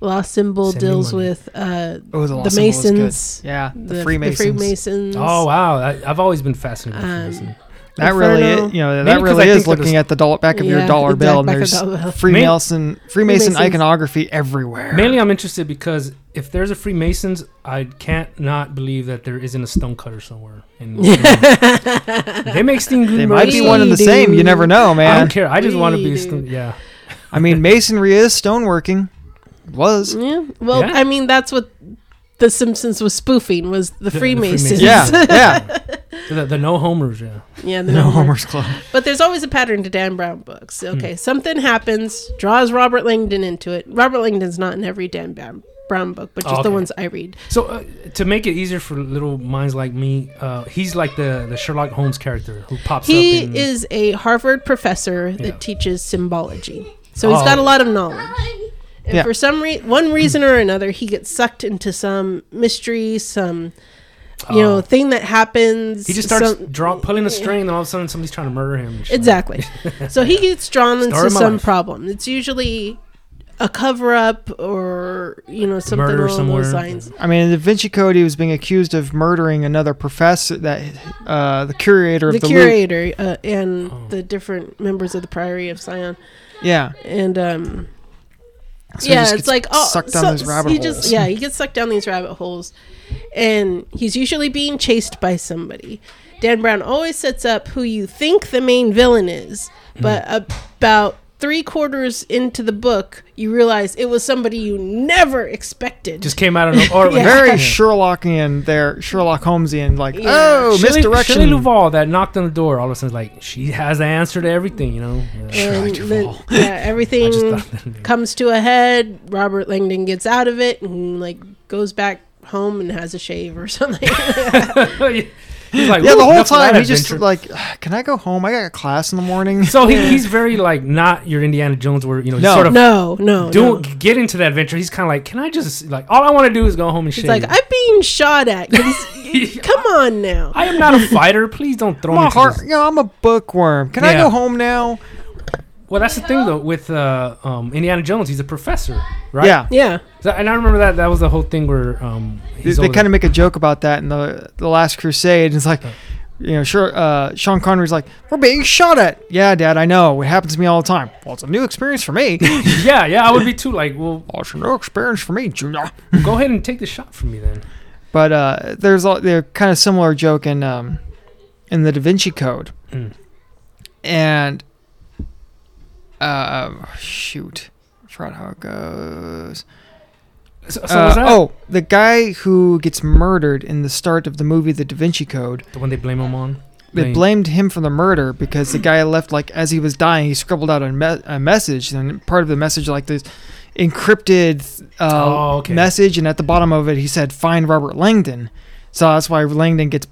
Lost Symbol
Send me
deals
money.
with uh,
Oh, the,
the
Lost Symbol is good.
Masons.
Yeah, the,
the
Freemasons.
Freemasons.
oh wow, I, I've always been fascinated with
Um,
Freemason.
That really,
Inferno.
is, you
Maybe
know, that
'cause
really
I
is
think of
looking
this-
at the dollar back of
Yeah,
your dollar
the
bill, and
back of
there's
dollar bill.
Freemason Freemason
Freemasons.
iconography everywhere.
Mainly, I'm interested because if there's a Freemasons, I can't not believe that there isn't a stonecutter somewhere.
*laughs*
In, *laughs* they make Steen
They
Gutenberg.
might be one and the
We
same. You
do.
never know,
I
man.
don't care. I just want to
We
be. a
do.
Stone, yeah.
I mean, masonry is stoneworking.
*laughs*
Was
Yeah. Well,
Yeah.
I mean, that's what The Simpsons was spoofing was
the
the, Freemasons.
Freemasons.
yeah, yeah.
*laughs* The, the no homers. Yeah.
*laughs* yeah, the
*laughs* No
number.
Homer's Club.
But there's always a pattern to Dan Brown books. Okay, something happens, draws Robert Langdon into it. Robert Langdon's not in every Dan Brown, Brown book, but
Oh,
just the
okay.
ones I read.
So uh, to make it easier for little minds like me, uh, he's like the the Sherlock Holmes character who pops
He
up. in-
is a Harvard professor that
Yeah.
teaches symbology. So he's
Oh.
got a lot of knowledge. And
Yeah.
for some re- one reason or another, he gets sucked into some mystery, some you know,
Oh.
thing that happens.
He just starts
some-
draw, pulling a string, and all of a sudden somebody's trying to murder him. and shit.
Exactly. so he gets drawn
Story
into
of my
some
life.
problem. It's usually a cover up or, you know, something
murder
along those
somewhere.
lines.
I mean, Da Vinci Code. He was being accused of murdering another professor. That uh, the curator of
The
the, Louvre.
curator uh, and
Oh.
the different members of the Priory of Sion.
Yeah.
And, um,
So he
yeah,
just
it's
gets
like, oh,
sucked down
so-
those rabbit
he
holes.
just, yeah, he gets sucked down these rabbit holes. And he's usually being chased by somebody. Dan Brown always sets up who you think the main villain is,
Mm-hmm.
but about three quarters into the book, you realize it was somebody you never expected.
Just came out of no,
*laughs*
or
Yeah.
*laughs*
Very Sherlockian there, Sherlock Holmesian, like,
Yeah.
oh,
Shelley-
misdirection.
Shelley Duvall that knocked on the door. All of a sudden, like she has the answer to everything. You know. Yeah.
and
Sherlock
then,
*laughs* Duvall.
yeah,
I just
everything
thought that-
comes to a head. Robert Langdon gets out of it and like goes back home and has a shave or *laughs* something.
*laughs* He's like,
yeah,
"Ooh,
the whole
enough of
time
that
he just
adventure."
like, "Ah, can I go home? I got a class in the morning.
So he, he's very like not your Indiana Jones, where you know
No.
you sort of
no, no, no.
don't get into that adventure. He's kind of like, can I just like all I want to do is go home and
It's
shave.
like I'm being shot at.
*laughs*
Come on now.
I am not a fighter. Please don't throw
*laughs* I'm
me.
a
into
heart,
this.
you know, I'm a bookworm. Can I
Yeah.
go home now?
Well, that's the thing though with uh, um, Indiana Jones. He's a professor, right?
Yeah,
Yeah,
So- and I remember that that was the whole thing where um,
they,
he's all
kind of make a joke about that in the the Last Crusade. It's like, you know, sure, uh, Sean Connery's like, we're being shot at. Yeah, Dad, I know. It happens to me all the time. Well, it's a new experience
*laughs*
for me. well,
*laughs* yeah, yeah. I would be too. Like, well,
it's a new experience for me, Junior.
go ahead and take the shot from me then.
But uh, there's a they're kind of similar joke in um, in the Da Vinci Code,
Mm.
and uh, shoot, I forgot how it goes.
So, so
Uh,
was that
oh, the guy who gets murdered in the start of the movie The Da Vinci Code.
the one they blame him on?
They
Blame-
blamed him for the murder because the guy left like as he was dying, he scribbled out a, me- a message, and part of the message like this encrypted uh,
Oh, okay.
message, and at the bottom of it he said, "Find Robert Langdon." So that's why Langdon gets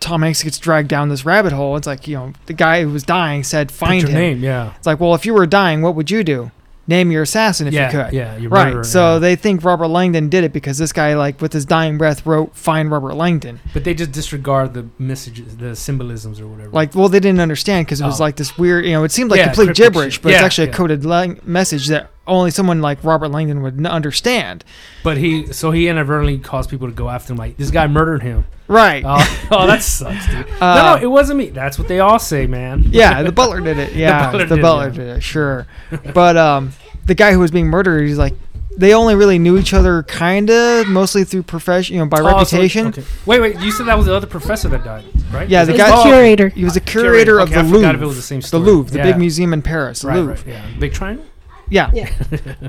Tom Hanks gets dragged down this rabbit hole. It's like you know the guy who was dying said,
Put
"Find
your
him."
name. Yeah,
It's like, well, if you were dying, what would you do? Name your assassin if
yeah,
you could.
yeah. Your
Right.
murderer,
so
yeah.
they think Robert Langdon did it because this guy, like, with his dying breath, wrote "Find Robert Langdon."
but they just disregard the messages, the symbolisms, or whatever.
Like, well, they didn't understand because it was
Oh.
like this weird, you know, it seemed like
Yeah,
complete
cryptic
gibberish,
shit.
but it's
Yeah,
actually a
yeah.
coded lang- message that only someone like Robert Langdon would n- understand.
but he, so he inadvertently caused people to go after him. Like this guy murdered
*laughs*
him.
Right.
Oh, *laughs* oh that sucks, dude.
Uh,
no, no, it wasn't me. That's what they all say, man. *laughs*
yeah, the butler did it. Yeah, the butler,
butler
did,
did it,
it,
yeah.
Sure, but um, the guy who was being murdered, he's like, they only really knew each other kinda mostly through profession, you know, by
Oh, so-
reputation.
okay. Wait, wait. You said that was the other professor that died, right?
Yeah, the
it's
Is it-
guy-
the
Oh,
curator.
He was a
Curator.
curator of
Okay,
the
I
Louvre.
forgot if it was the same story.
The Louvre, the
Yeah.
big museum in Paris. The
Right,
Louvre.
right. Yeah, big triangle.
Yeah.
Yeah.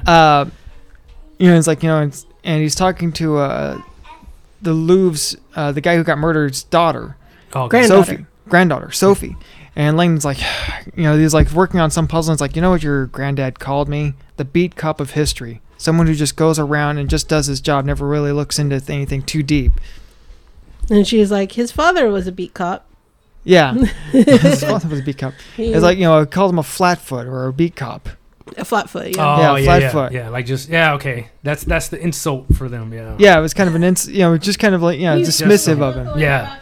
Uh, you know, it's like you know, it's, and he's talking to uh, the Louvre's uh, the guy who got murdered's daughter,
Oh, okay.
Grand- Granddaughter.
Sophie, granddaughter, Sophie. And Langdon's like, *sighs* you know, he's like working on some puzzle. And it's like, you know what your granddad called me? The beat cup of history. someone who just goes around and just does his job, never really looks into th- anything too deep.
And she was like, his father was a beat cop.
Yeah, his father was a beat cop.
He,
It's like you know, I called him a flatfoot or a beat cop.
a flatfoot. Yeah.
Oh yeah,
Yeah,
yeah,
flat
yeah,
foot.
like just yeah, okay. That's that's the insult for them. Yeah,
Yeah, it was kind of an ins- you know, just kind of like yeah,
He's just-
dismissive of him.
Yeah.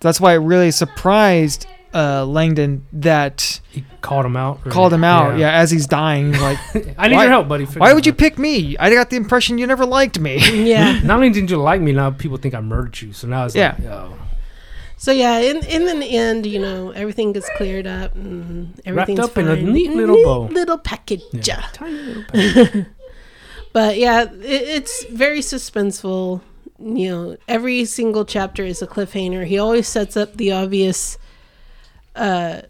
That's why it really surprised uh, Langdon that
He called him out. or-
called him out. Yeah, as he's dying, like,
*laughs* I need
Why-
your help, buddy. Figure
why
it *laughs*
would you
out.
*laughs* pick me? I got the impression you never liked me. *laughs*
yeah.
Not only did you like me, now people think I murdered you. So now it's like, oh.
So yeah, in in the end, you know, everything gets cleared up and everything's
up in a
fine.
neat little bow.
little package.
Yeah. Tiny little package.
*laughs* But yeah, it, it's very suspenseful. You know, every single chapter is a cliffhanger. He always sets up the obvious, uh,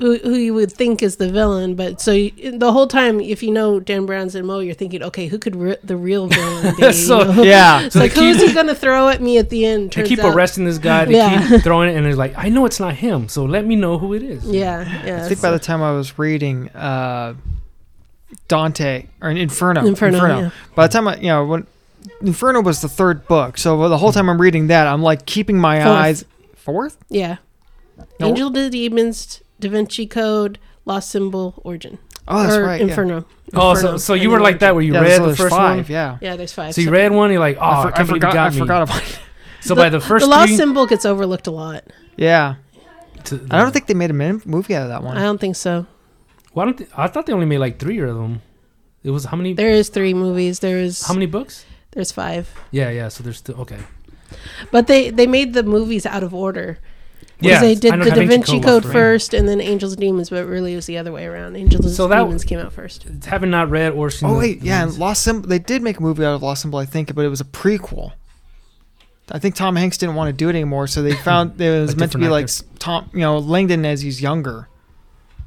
who, who you would think is the villain. But so you, the whole time, if you know Dan Brown's and Mo, you're thinking, okay, who could re- the
*laughs*
real villain be?
So-
You know?
yeah,
*laughs* It's
So they
like, who's
keep-
he gonna throw at me at the end?
They
Turns
keep
out-
arresting this guy. They
Yeah.
keep throwing it, and they're like, I know it's not him. So let me know who it is.
Yeah, yeah.
I think by the time I was reading uh, Dante or Inferno,
Inferno, yeah.
By the time I, you know, when Inferno was the third book, so the whole time I'm reading that, I'm like keeping my
Fourth.
eyes fourth.
yeah.
No.
Angel to Demons, Da Vinci Code, Lost Symbol, Origin,
Oh, that's
or
right. yeah.
Inferno.
Oh,
Inferno,
so, so
and
you were like
Origin.
that where you
Yeah,
read
so
the
there's
first
five,
one.
Yeah.
Yeah, there's five.
So you
So-
read one, you're like, oh,
I,
I,
for- I
can't believe you
forgot.
got
I
me.
forgot about. It.
So by the first
the lost
three,
symbol gets overlooked a lot.
*laughs* Yeah,
to-
I don't think they made a min- movie out of that
I
one.
don't think so.
Why don't they, I thought they only made like three of them? It was how many?
There is three movies. There is
How many books?
there's five,
Yeah, yeah. So there's still okay.
but they they made the movies out of order.
Yeah,
Yeah, they did
I know
the
Da
Da Vinci,
Vinci Code
Code
was
first, and then Angels and Demons, but really it was the other way around. Angels
So
and
that-
Demons came out first.
Having not read or seen.
Oh
the-
wait,
the
yeah, and
movies.
Lost Symbol. They did make a movie out of Lost Symbol, I think, but it was a prequel. I think Tom Hanks didn't want to do it anymore,
*laughs*
so they found it was meant to
different
be like
actor.
s- Tom, you know, Langdon as he's younger.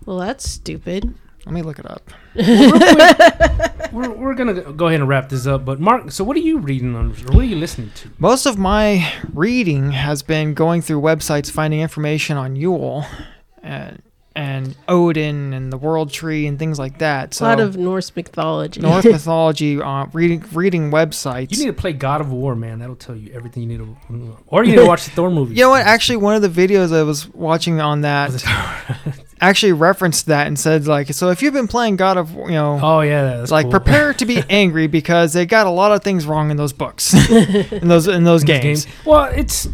Well, that's stupid.
Let me look it up.
We're, we're gonna go ahead and wrap this up. But Mark, so what are you reading on? Or what are you listening to?
Most of my reading has been going through websites, finding information on Yule and, and Odin and the World Tree and things like that.
It's a
So
lot of Norse mythology. *laughs*
*laughs* Norse mythology, uh, reading reading websites.
You need to play God of War, man. That'll tell you everything you need to. Or you need to watch the Thor movie.
*laughs* You know
*laughs*
what? Actually, one of the videos I was watching on *laughs* that actually referenced that and said like, so if you've been playing God of, you know,
Oh yeah, that's
it's like
cool.
prepare to
*laughs*
be angry because they got a lot of things wrong in those books, *laughs* in those in those
This
games.
game- Well, it's *sighs*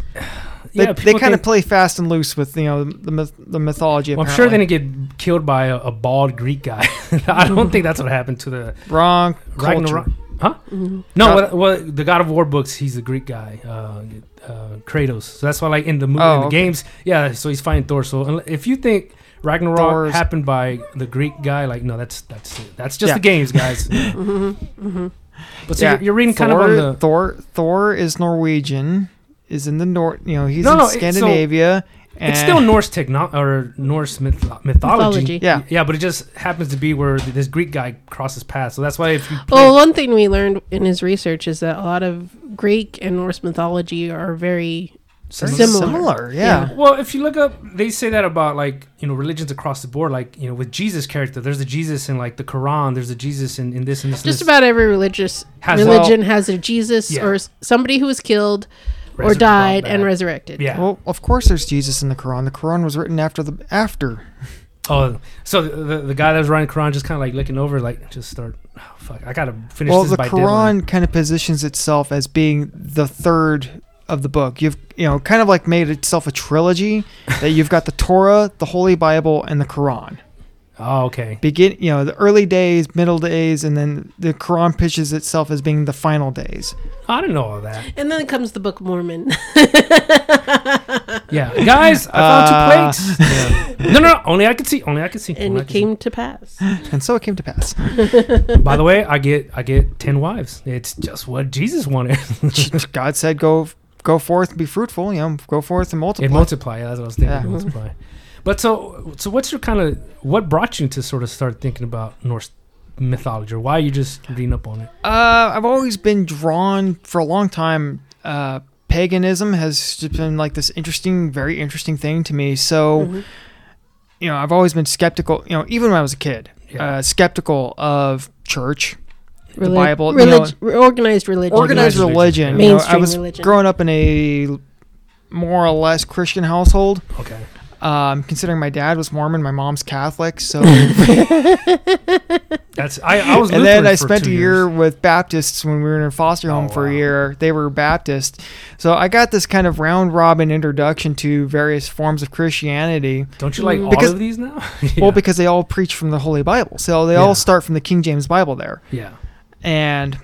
They,
yeah.
they
people
kind of
think-
play fast and loose with you know the myth, the mythology.
Well, I'm sure they
apparently.
didn't get killed by a, a bald Greek guy. *laughs* I don't think that's what happened to the
wrong culture.
Ragnarok.
Mhm.
No,
God-
well, well, the God of War books, he's a Greek guy, uh, uh, Kratos. So that's why, like in the movie,
Oh,
in the
okay.
games, yeah. So he's fighting Thor. So unle- if you think Ragnarok
Thor's-
happened by the Greek guy, like no, that's that's it. that's just
Yeah.
the games,
*laughs*
guys.
Mm-hmm.
But so
Yeah.
you're, you're reading
Thor,
kind of on the
Thor. Thor is Norwegian. Is in the north. You know, he's
No,
in
no, it's- so-
Scandinavia. and
it's still Norse techno or Norse myth- mythology.
Mythology.
Yeah.
yeah, but it just happens to be where th- this Greek guy crosses paths. So that's why if you play,
Well, one thing we learned in his research is that a lot of Greek and Norse mythology are very
Very
similar.
Yeah.
Well, if you look up, they say that about like you know religions across the board. Like you know with Jesus character, there's a Jesus in like the Quran. There's a Jesus in, in this and this.
just
and this.
about every religious
Has-
religion has a Jesus
Yeah.
or s- somebody who was killed or
Resurrected
died and Oh.
back.
resurrected.
Yeah.
Well, of course, there's Jesus in the Quran. The Quran was written after the after.
oh, so the, the, the guy that was writing Quran just kind of like looking over, like just start. Oh, fuck, I gotta finish
well,
this
the
by
Quran kind of positions itself as being the third of the book. You've you know kind of like made itself a trilogy that you've got the Torah, the Holy Bible, and the Quran.
deadline. Oh, okay.
Begin you know the early days, middle days, and then the Quran pitches itself as being the final days.
I didn't know all that.
And then comes the Book of Mormon. *laughs*
Yeah, guys, I
Uh,
found two plates.
*laughs*
Yeah. No, no, no, only I could see. Only I could see.
and
only I
it
could see.
came to pass. *laughs*
And so it came to pass.
By the way, I get I get ten wives. It's just what Jesus wanted.
God said, "Go go forth, and be fruitful. You know, go forth and multiply."
It multiply. Yeah, that's what I was thinking.
Yeah.
Multiply. But so, so what's your kind of what brought you to sort of start thinking about Norse mythology, or why are you just reading up on it?
Uh, I've always been drawn for a long time. Uh, paganism has just been like this interesting, very interesting thing to me. So,
Mm-hmm.
you know, I've always been uh, skeptical. You know, even when I was a kid,
Yeah.
uh, skeptical of church, the Bible, you know,
relig- organized religion,
Organized
organized religion.
religion.
you know, I
Mainstream
was
religion.
growing up in a more or less Christian household.
Okay.
Um, considering my dad was Mormon, my mom's
*laughs*
Catholic, so
That's I, I was
and then
Lutheran
I
for
spent
two
a year
years.
with Baptists when we were in a foster home
Oh,
for a
wow.
year. They were Baptist, so I got this kind of round robin introduction to various forms of Christianity.
Don't you like
Because-
all of these now? *laughs*
Well, because they all preach from the Holy Bible, so they
Yeah.
all start from the King James Bible there.
yeah.
and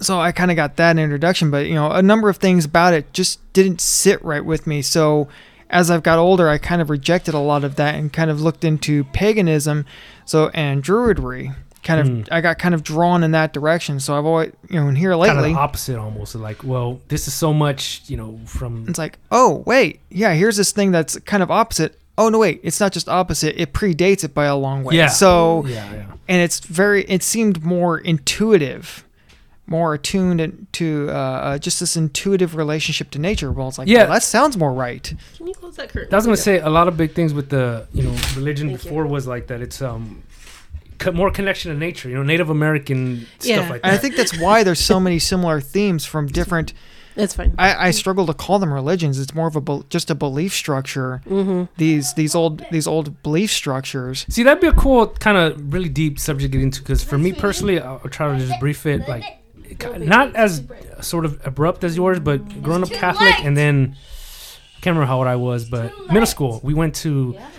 so I kind of got that introduction, but you know, a number of things about it just didn't sit right with me. So as I've got older, I kind of rejected a lot of that and kind of looked into paganism, so and druidry. Kind of,
Mm.
I got kind of drawn in that direction. So I've always, you know, and here
Kind of
lately,
the opposite almost. Like, well, this is so much, you know, from
it's like, oh wait, yeah, here's this thing that's kind of opposite. Oh no, wait, it's not just opposite; it predates it by a long way.
Yeah.
So
yeah, yeah.
and it's very it seemed more intuitive more attuned in- to uh, uh, just this intuitive relationship to nature well it's like
Yeah.
well, that sounds more right
Can you close that curtain?
I was gonna say a lot of big things with the you know religion
Thank you.
before was like that. It's um co- more connection to nature. You know, Native American
Yeah.
stuff like that.
and i think that's why there's so many similar themes from different
that's fine.
I, I struggle to call them religions it's more of a bel- just a belief structure mm-hmm. these these old these old belief structures
See, that'd be a cool kind of really deep subject to get into because for me personally, I'll I'll try to just brief it like ki- not as sort of abrupt as yours, but growing up
too
Catholic
late.
and then I can't remember how old I was, but
too
middle
late.
school we went to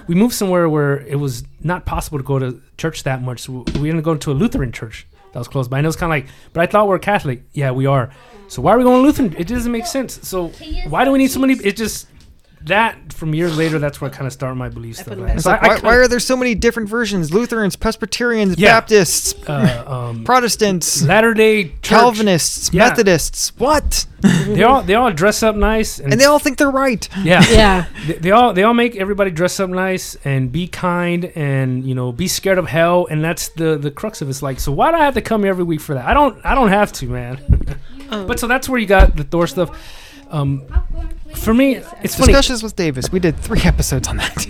we moved somewhere where it was not possible to go to church that much. So we ended up going to a Lutheran church that was close by, and it was kind of like, but I thought we're Catholic. Yeah, we are. So why are we going Lutheran? It doesn't make sense. So why do we need so many? It just that from years later, that's where I kind of started my beliefs.
put
Stuff.
it
at.
back.
it's
So I-
like
I
why,
kinda-
why are there so many different versions lutherans presbyterians
Yeah.
baptists
uh, um,
protestants
Latter Day
calvinists
Yeah.
methodists what
They all they all dress up nice and,
and they all think they're right
yeah,
yeah,
They, they all they all make everybody dress up nice and be kind and you know be scared of hell and that's the the crux of it. it's like so why do I have to come here every week for that I don't I don't have to man
Oh.
Um,
but so that's where you got the Thor stuff um for me it's funny
Discussions with Davis. We did three *laughs* episodes on that.
*laughs*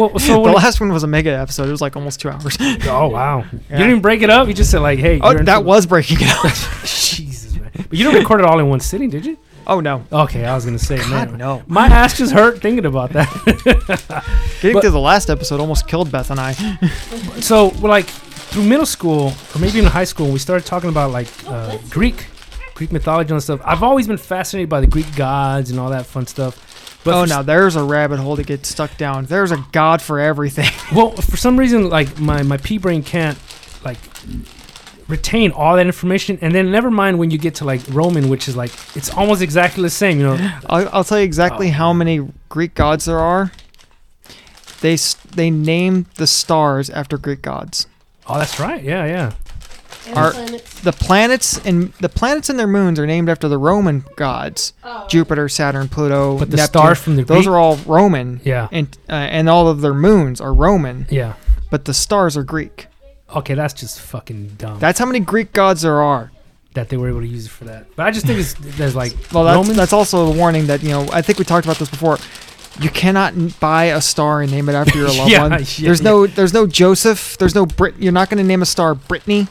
well, so
the
when-
last one was a mega episode. It was like almost
*laughs*
two hours.
oh wow you
Yeah.
didn't even break it up you just said like hey
oh,
you're in
that
for-
was breaking it out.
*laughs* Jesus man but you didn't record it all in one sitting did you
*laughs* Oh no,
okay I was gonna say
God
man
no.
my ass just hurt thinking about that. *laughs*
Getting
But-
to the last episode almost killed Beth and I.
*laughs* so we're like through middle school or maybe even high school we started talking about like uh, greek greek mythology and stuff i've always been fascinated by the greek gods and all that fun stuff but
oh
for
no, there's a rabbit hole to get stuck down. There's a god for everything. *laughs*
well for some reason like my my pea brain can't like retain all that information and then never mind when you get to like roman which is like it's almost exactly the same you
*gasps*
know
I'll, I'll tell you exactly
Oh.
how many Greek gods there are. They s- they named the stars after Greek gods.
oh that's right yeah yeah
Our- The planets and the planets and their moons are named after the Roman gods: Jupiter, Saturn, Pluto.
but the
Neptune.
star from the
Those
Greek-
are all Roman.
yeah
and uh, and all of their moons are Roman,
yeah
but the stars are Greek.
okay that's just fucking dumb that,
That's how many Greek gods there are.
they were able to use it for that but i just think it's there's like
*laughs* Well, that's,
Roman-
that's also a warning that you know. I think we talked about this before. You cannot n- buy a star and name it
*laughs*
after your loved
Yeah,
one.
yeah,
there's no, there's no Joseph. There's no Brit. You're not going to name a star Brittany.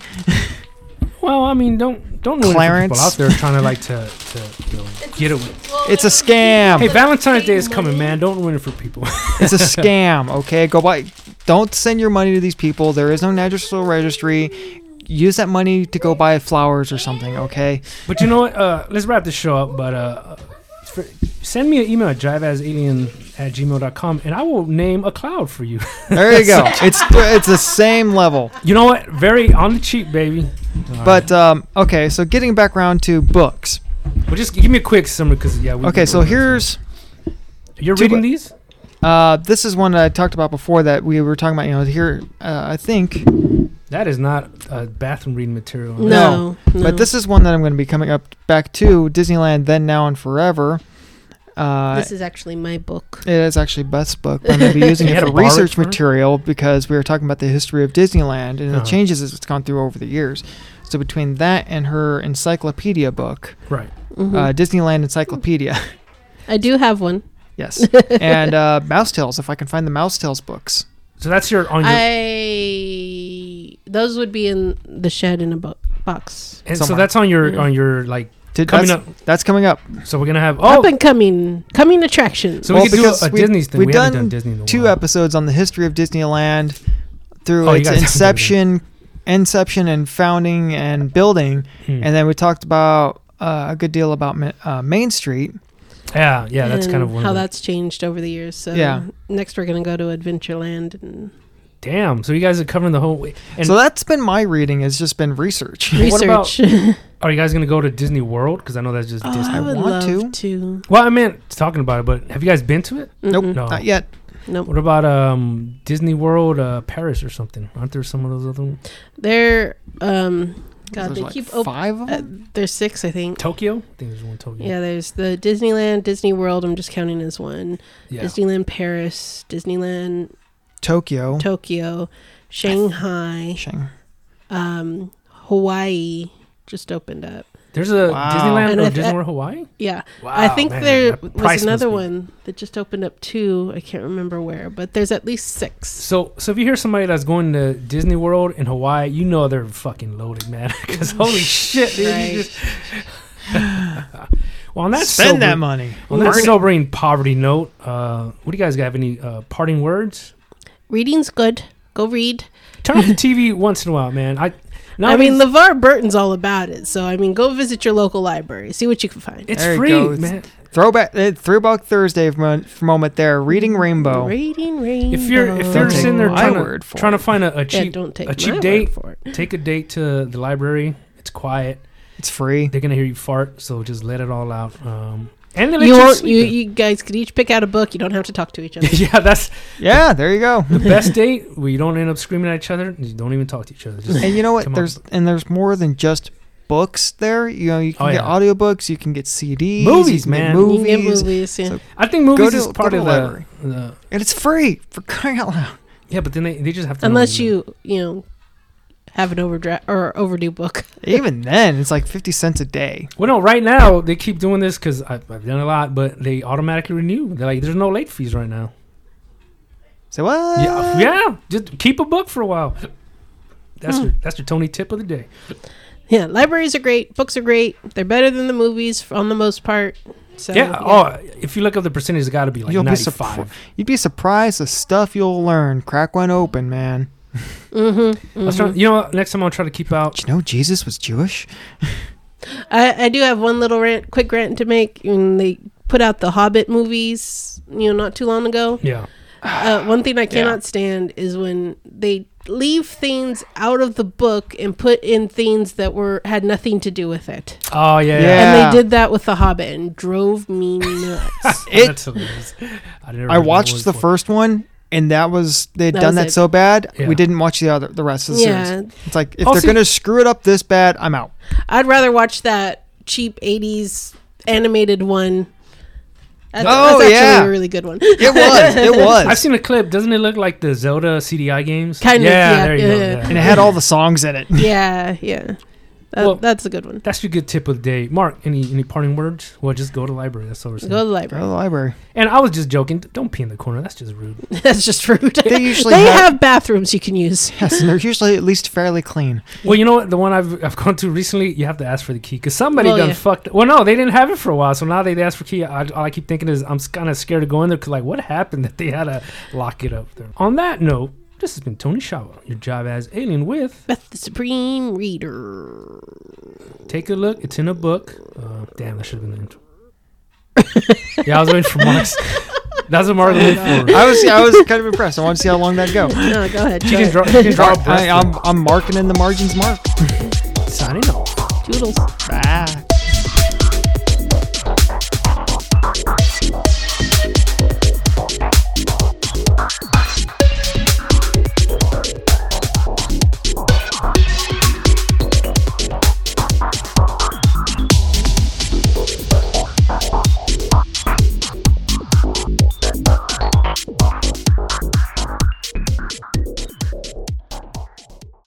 Well, I mean, don't don't know
Clarence.
people out there trying to like to, to you know, get it. With.
It's a scam.
Hey, *laughs* Valentine's Day is coming, man. Don't ruin it for people. *laughs*
It's a scam. Okay, go buy. Don't send your money to these people. There is no national registry. Use that money to go buy flowers or something. Okay.
but you know what? Uh, let's wrap this show up. But uh, for, send me an email at jiveasalien at gmail.com and I will name a cloud for you. *laughs*
There you go. it's it's the same level.
you know what? Very on the cheap, baby. All
But um, okay, so getting back around to books.
right. but just give me a quick summary because yeah. We,
Okay, so here's
you're
two-
reading these.
uh, this is one that I talked about before that we were talking about. You know, here uh, I think,
That is not uh, bathroom reading material.
no, no.
Mm-hmm.
but this is one that I'm going to be coming up back to Disneyland then, now, and forever. Uh,
this is actually my book.
it is actually Beth's book. But
*laughs*
I'm going to be using
You
it
had
for
to borrow it
research
from her?
material because we were talking about the history of Disneyland and
Uh-huh.
the changes it's gone through over the years. So between that and her encyclopedia book,
Right.
Mhm.
Mm-hmm.
uh, Disneyland
*laughs*
Encyclopedia,
I do have one.
yes, and uh, Mouse Tales, if I can find the Mouse Tales books.
So that's your on your.
I those would be in the shed in a book Fox.
And so
Somewhere.
that's on your
Yeah.
on your like
Did-
coming
that's,
up.
That's coming up.
So we're gonna have
Up
oh,
and coming, coming attractions.
so
Well,
we could do
because
a, a
we-
Disney thing.
we've
We haven't
done
done Disney in a
Two
while.
episodes on the history of Disneyland through
Oh, you
its
guys haven't done
inception, inception and founding and building,
Hmm.
and then we talked about uh, a good deal about Ma- uh, Main Street.
yeah, yeah, that's kind of
and
one
how
of the-
that's changed over the years. So
Yeah.
next we're gonna go to Adventureland
*laughs*
and
damn. So you guys are covering the whole. And
so that's been my reading. It's just been research.
What about-
research. *laughs*
are you guys gonna go to Disney World? Because I know that's just
oh,
Disney.
I would
want
love
to.
to.
Well, I meant talking about it, but have you guys been to it?
Nope,
Mm-mm.
No.
not yet.
Nope.
What about um Disney World, uh, Paris or something? Aren't there some of those other ones?
They're um. God,
There's
they
like
keep open.
five of
Uh,
them.
there's six, I think.
Tokyo? I think there's one in Tokyo.
Yeah, there's the Disneyland, Disney World. I'm just counting as one.
Yeah.
Disneyland Paris, Disneyland
Tokyo,
Tokyo, Shanghai,
Shang-
um, Hawaii just opened up.
There's a
Wow.
Disneyland
And
or
if- e-
Disney World Hawaii.
Yeah,
Wow,
I think
man,
there
that price
was
must
another
be-
one that just opened up too. I can't remember where, but there's at least six.
*laughs* So, so if you hear somebody that's going to Disney World in Hawaii, you know they're fucking loaded, man. *laughs* Because holy shit, dude!
Mm. Right.
You just well, on that
Spend
sober,
that money.
on that
Burn it.
sobering poverty note, uh, what do you guys have? Any uh, parting words?
Reading's good. Go read.
Turn
*laughs*
off the TV once in a while, man. I, no,
I mean, LeVar Burton's all about it. So, I mean, go visit your local library. See what you can find.
it's
There you
free,
go. It's-
man.
Throwback, eh, throwback Thursday mo- for moment there. Reading Rainbow.
Reading Rainbow.
If you're if
Don't
they're
take
sitting there
my
trying
word
to,
for
trying to
it.
find a, a
yeah,
cheap
don't take
a cheap
my word
date,
for it.
take a date to the library. It's quiet.
It's free.
They're gonna hear you fart, so just let it all out. Um, and they let
You won't.
sleep
You,
in.
you guys could each pick out a book. You don't have to talk to each
*laughs*
other.
*laughs* yeah, that's
Yeah, there you go.
the best date. where you don't end up screaming at each other. You don't even talk to each other.
*laughs*
Just
And you know what?
Come on.
There's and there's more than just books there. You know, you can
Oh,
get
yeah.
audiobooks, you can get CDs,
Movies,
you can get
man.
You can get
movies,
movies. Yeah.
So-
I think movies
to-
is
go
part
to
of
the
the,
library.
the.
and it's free for crying out
*laughs*
loud.
Yeah, but then they, they just have to. know
Unless
the-
you you know have an overdraft or overdue book. *laughs*
Even then, it's like fifty cents a day.
Well, no. Right now they keep doing this because I've, I've done a lot, but they automatically renew. They're like, there's no late fees right now.
So what?
Yeah, yeah. Just keep a book for a while. That's your that's your Tony tip of the day.
Yeah, libraries are great. Books are great. They're better than the movies f- on the most part. So
yeah. Oh, if you look up the percentage, it's got to be like
You'll be
95.
surprised. You'd be surprised the stuff you'll learn. Crack one open, man.
Mm-hmm,
I was trying- you know, what? next time I'll try to keep out.
Did you know Jesus was Jewish?
I, I do have one little rant, quick rant to make. And they put out the Hobbit movies, you know, not too long ago.
Yeah.
Uh, one thing
*sighs*
I cannot stand is when they leave things out of the book and put in things that were had nothing to do with it.
Oh yeah.
Yeah.
And they did that with The Hobbit and drove me *laughs* nuts.
It-
That's hilarious. I, never heard
I
that
watched
word
the
before.
first one, and that was they'd
That
done
was
that
it.
so bad
Yeah.
we didn't watch the other the rest of the
yeah,
series. It's like if
Oh,
they're
see-
gonna screw it up this bad, I'm out.
I'd rather watch that cheap 80s animated one. That-
Oh,
that's actually
yeah.
a really good one.
It was. It *laughs* was.
I've seen a clip. Doesn't it look like the Zelda CDI games?
Kind of, yeah,
There you go.
yeah.
yeah.
and it had all the songs in it.
*laughs* yeah, yeah. That,
Well-
that's a good one.
That's your good tip of the day, Mark. Any any parting words? Well, just go to the library. That's all we're
Go
saying.
to the
Go to
library.
the library.
And I was just joking. Don't pee in the corner. That's just rude.
*laughs* That's just rude.
They usually
they
have-
have bathrooms you can use.
Yes, and they're usually at least fairly clean.
Well, you know what? The one I've I've gone to recently, you have to ask for the key because somebody
Well,
done
yeah.
fucked. Well, no, they didn't have it for a while, so now they, they ask for key. I, all I keep thinking is I'm kind of scared to go in there because like what happened that they had to lock it up there. On that note, this has been Tony Shawa, your job as alien with.
Beth the Supreme Reader.
Take a look. It's in a book. Uh, damn, that should have been an
*laughs*
intro. yeah, I was waiting for Mark's. That's what Mark waited
*laughs*
for.
I was I was kind of impressed. I want to see how long that go.
No, go
*laughs*
ahead.
She
go
can
ahead.
draw. She can draw a
I,
breath.
I'm I'm marking in the margins. Mark.
Signing off.
Toodles.
Bye.